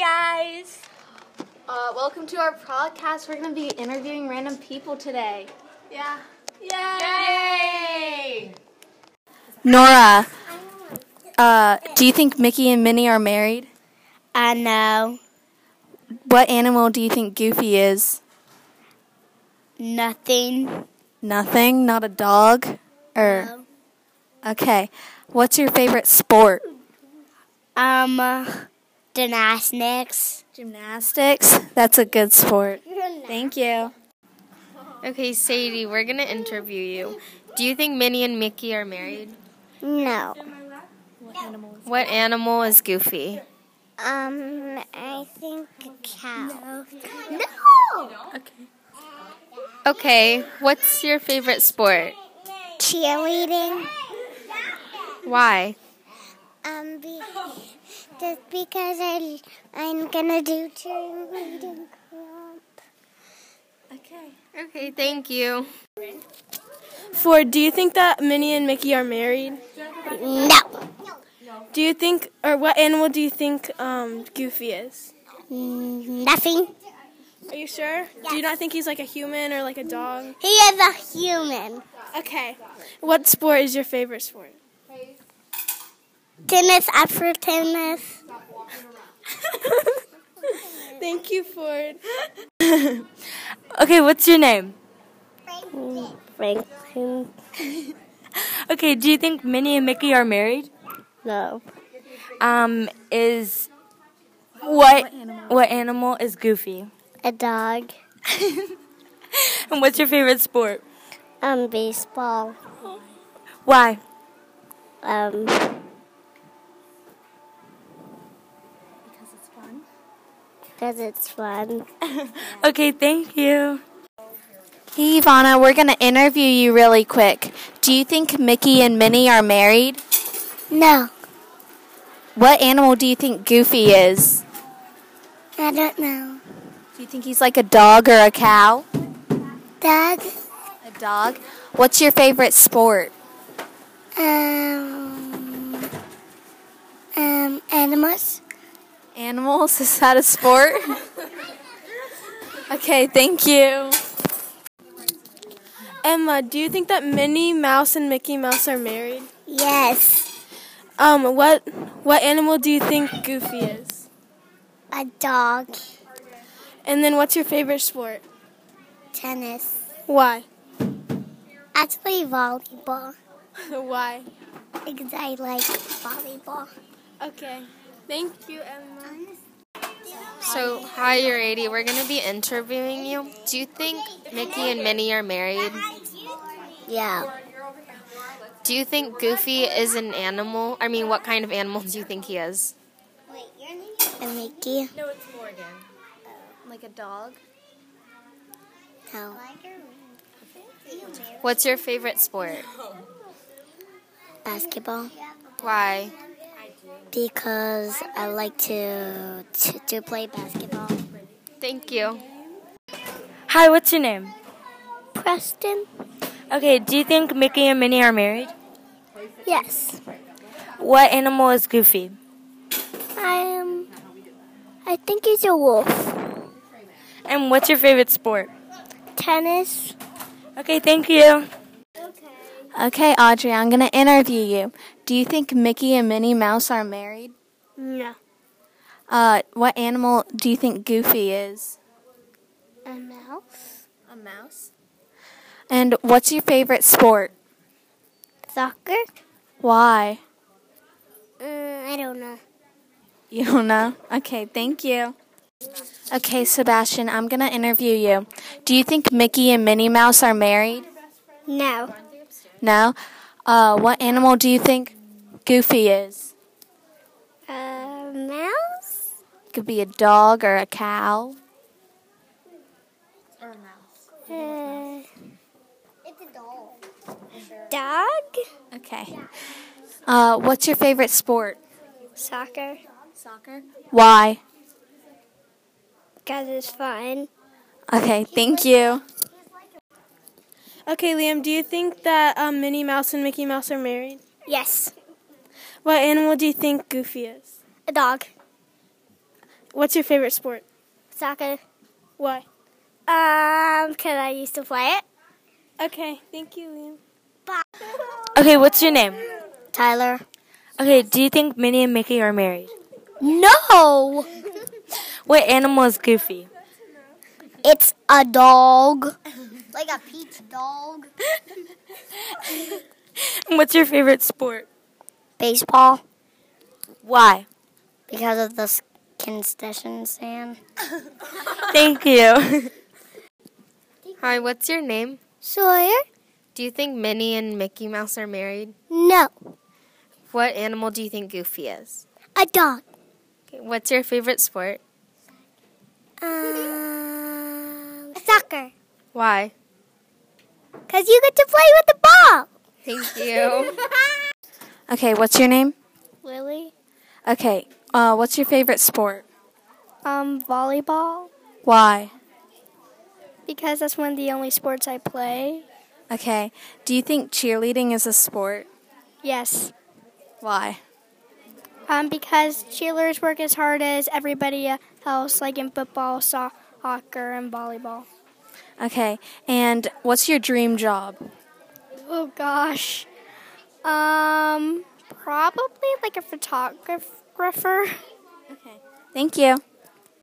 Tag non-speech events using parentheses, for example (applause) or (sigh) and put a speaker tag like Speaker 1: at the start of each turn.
Speaker 1: guys. Uh, welcome to our podcast. We're going to be interviewing random people today.
Speaker 2: Yeah.
Speaker 1: Yay!
Speaker 3: Nora, uh, do you think Mickey and Minnie are married?
Speaker 4: I know
Speaker 3: What animal do you think Goofy is?
Speaker 4: nothing.
Speaker 3: Nothing? Not a dog? Or okay. What's your favorite sport?
Speaker 4: Um, uh, gymnastics.
Speaker 3: Gymnastics. That's a good sport. Thank you.
Speaker 5: Okay, Sadie, we're going to interview you. Do you think Minnie and Mickey are married?
Speaker 4: No.
Speaker 5: What animal is Goofy?
Speaker 4: Um, I think a cow. No.
Speaker 5: Okay, what's your favorite sport?
Speaker 4: Cheerleading.
Speaker 5: Why?
Speaker 4: Um, be, just because I I'm gonna do cheerleading camp.
Speaker 5: Okay, thank you.
Speaker 2: Four, do you think that Minnie and Mickey are married?
Speaker 4: No.
Speaker 2: Do you think, or what animal do you think um, Goofy is?
Speaker 4: Nothing.
Speaker 2: Are you sure? Do you not think he's like a human or like a dog?
Speaker 4: He is a human.
Speaker 2: Okay. What sport is your favorite sport? (laughs)
Speaker 4: Tennis up for tennis.
Speaker 2: Thank you, Ford.
Speaker 3: Okay, what's your name?
Speaker 4: Franklin.
Speaker 3: Okay, do you think Minnie and Mickey are married?
Speaker 4: No.
Speaker 3: Um, is what what animal, is Goofy?
Speaker 4: A dog.
Speaker 3: And what's your favorite sport?
Speaker 4: Um, baseball.
Speaker 3: Why?
Speaker 4: Um. Because it's fun.
Speaker 3: Okay, thank you. Hey, Ivana, we're going to interview you really quick. Do you think Mickey and Minnie are married?
Speaker 4: No,
Speaker 3: What animal do you think Goofy is?
Speaker 4: I don't know.
Speaker 3: Do you think he's like a dog or a cow?
Speaker 4: Dad,
Speaker 3: A dog. What's your favorite sport?
Speaker 4: um, um, animals.
Speaker 3: Animals? (laughs) Is that a sport? okay, thank you.
Speaker 2: Emma, do you think that Minnie Mouse and Mickey Mouse are married?
Speaker 4: Yes,
Speaker 2: Um, what what animal do you think Goofy is?
Speaker 4: a dog.
Speaker 2: And then what's your favorite sport?
Speaker 4: Tennis.
Speaker 2: Why?
Speaker 4: Actually, volleyball.
Speaker 2: (laughs) Why?
Speaker 4: Because I like volleyball.
Speaker 2: Okay. Thank you, Emma.
Speaker 5: So, hi, Urady. We're going to be interviewing you. Do you think Mickey and Minnie are married?
Speaker 4: Yeah,
Speaker 5: Do you think Goofy is an animal? I mean, what kind of animal do you think he is?
Speaker 4: and Mickey.
Speaker 5: No, it's Morgan.
Speaker 3: Oh. Like a dog?
Speaker 4: No,
Speaker 5: What's your favorite sport?
Speaker 4: basketball.
Speaker 5: Why?
Speaker 4: Because I like to to, to play basketball.
Speaker 5: Thank you.
Speaker 3: Hi, what's your name?
Speaker 4: Preston.
Speaker 3: Okay, do you think Mickey and Minnie are married?
Speaker 4: Yes,
Speaker 3: What animal is Goofy?
Speaker 4: I am. I think he's a wolf.
Speaker 3: And what's your favorite sport?
Speaker 4: Tennis.
Speaker 3: Okay, thank you. Okay, Audrey, I'm going to interview you. Do you think Mickey and Minnie Mouse are married?
Speaker 4: No.
Speaker 3: Uh, what animal do you think Goofy is?
Speaker 4: A mouse.
Speaker 3: A mouse. And what's your favorite sport?
Speaker 4: Soccer.
Speaker 3: Why?
Speaker 4: Mm, I don't know.
Speaker 3: You don't know? Okay, thank you. Okay, Sebastian, I'm going to interview you. Do you think Mickey and Minnie Mouse are married?
Speaker 4: No.
Speaker 3: No. Uh, what animal do you think Goofy is?
Speaker 4: A uh, mouse.
Speaker 3: Could be a dog or a cow.
Speaker 4: Uh, it's a dog. Dog.
Speaker 3: Okay. Uh, what's your favorite sport?
Speaker 4: Soccer.
Speaker 3: Soccer. Why?
Speaker 4: Cause it's fun.
Speaker 3: Okay, thank you.
Speaker 2: Okay, Liam, do you think that um, Minnie Mouse and Mickey Mouse are married?
Speaker 4: Yes.
Speaker 2: What animal do you think Goofy is?
Speaker 4: A dog.
Speaker 6: What's your favorite sport?
Speaker 4: Soccer.
Speaker 6: Why?
Speaker 4: Um, because I used to play (laughs) it.
Speaker 6: Okay, thank you, Liam.
Speaker 7: Okay, what's your name?
Speaker 4: Tyler.
Speaker 7: Okay, do you think Minnie and Mickey are married?
Speaker 4: No!
Speaker 7: What animal is Goofy?
Speaker 4: It's a dog. Like a peach dog.
Speaker 7: What's your favorite sport?
Speaker 4: Baseball.
Speaker 7: Why?
Speaker 4: Because of the concession stand.
Speaker 7: Thank you.
Speaker 8: Hi, what's your name?
Speaker 4: Sawyer?
Speaker 8: Do you think Minnie and Mickey Mouse are married?
Speaker 4: No.
Speaker 8: (laughs) What animal do you think Goofy is?
Speaker 4: A dog.
Speaker 8: Okay, what's your favorite sport?
Speaker 4: Um, soccer.
Speaker 8: Why?
Speaker 4: Because you get to play with the ball.
Speaker 8: Thank you.
Speaker 3: Okay, what's your name?
Speaker 4: Lily?
Speaker 3: Okay, uh, what's your favorite sport?
Speaker 2: Um, volleyball
Speaker 3: Why?
Speaker 2: because that's one of the only sports I play.
Speaker 3: Okay, do you think cheerleading is a sport?
Speaker 2: Yes.
Speaker 3: Why?
Speaker 2: Um, because cheerleaders work as hard as everybody else, like in football, so- soccer, and volleyball.
Speaker 3: Okay, and what's your dream job?
Speaker 2: Oh gosh. Um, probably like a photographer.
Speaker 3: Thank you.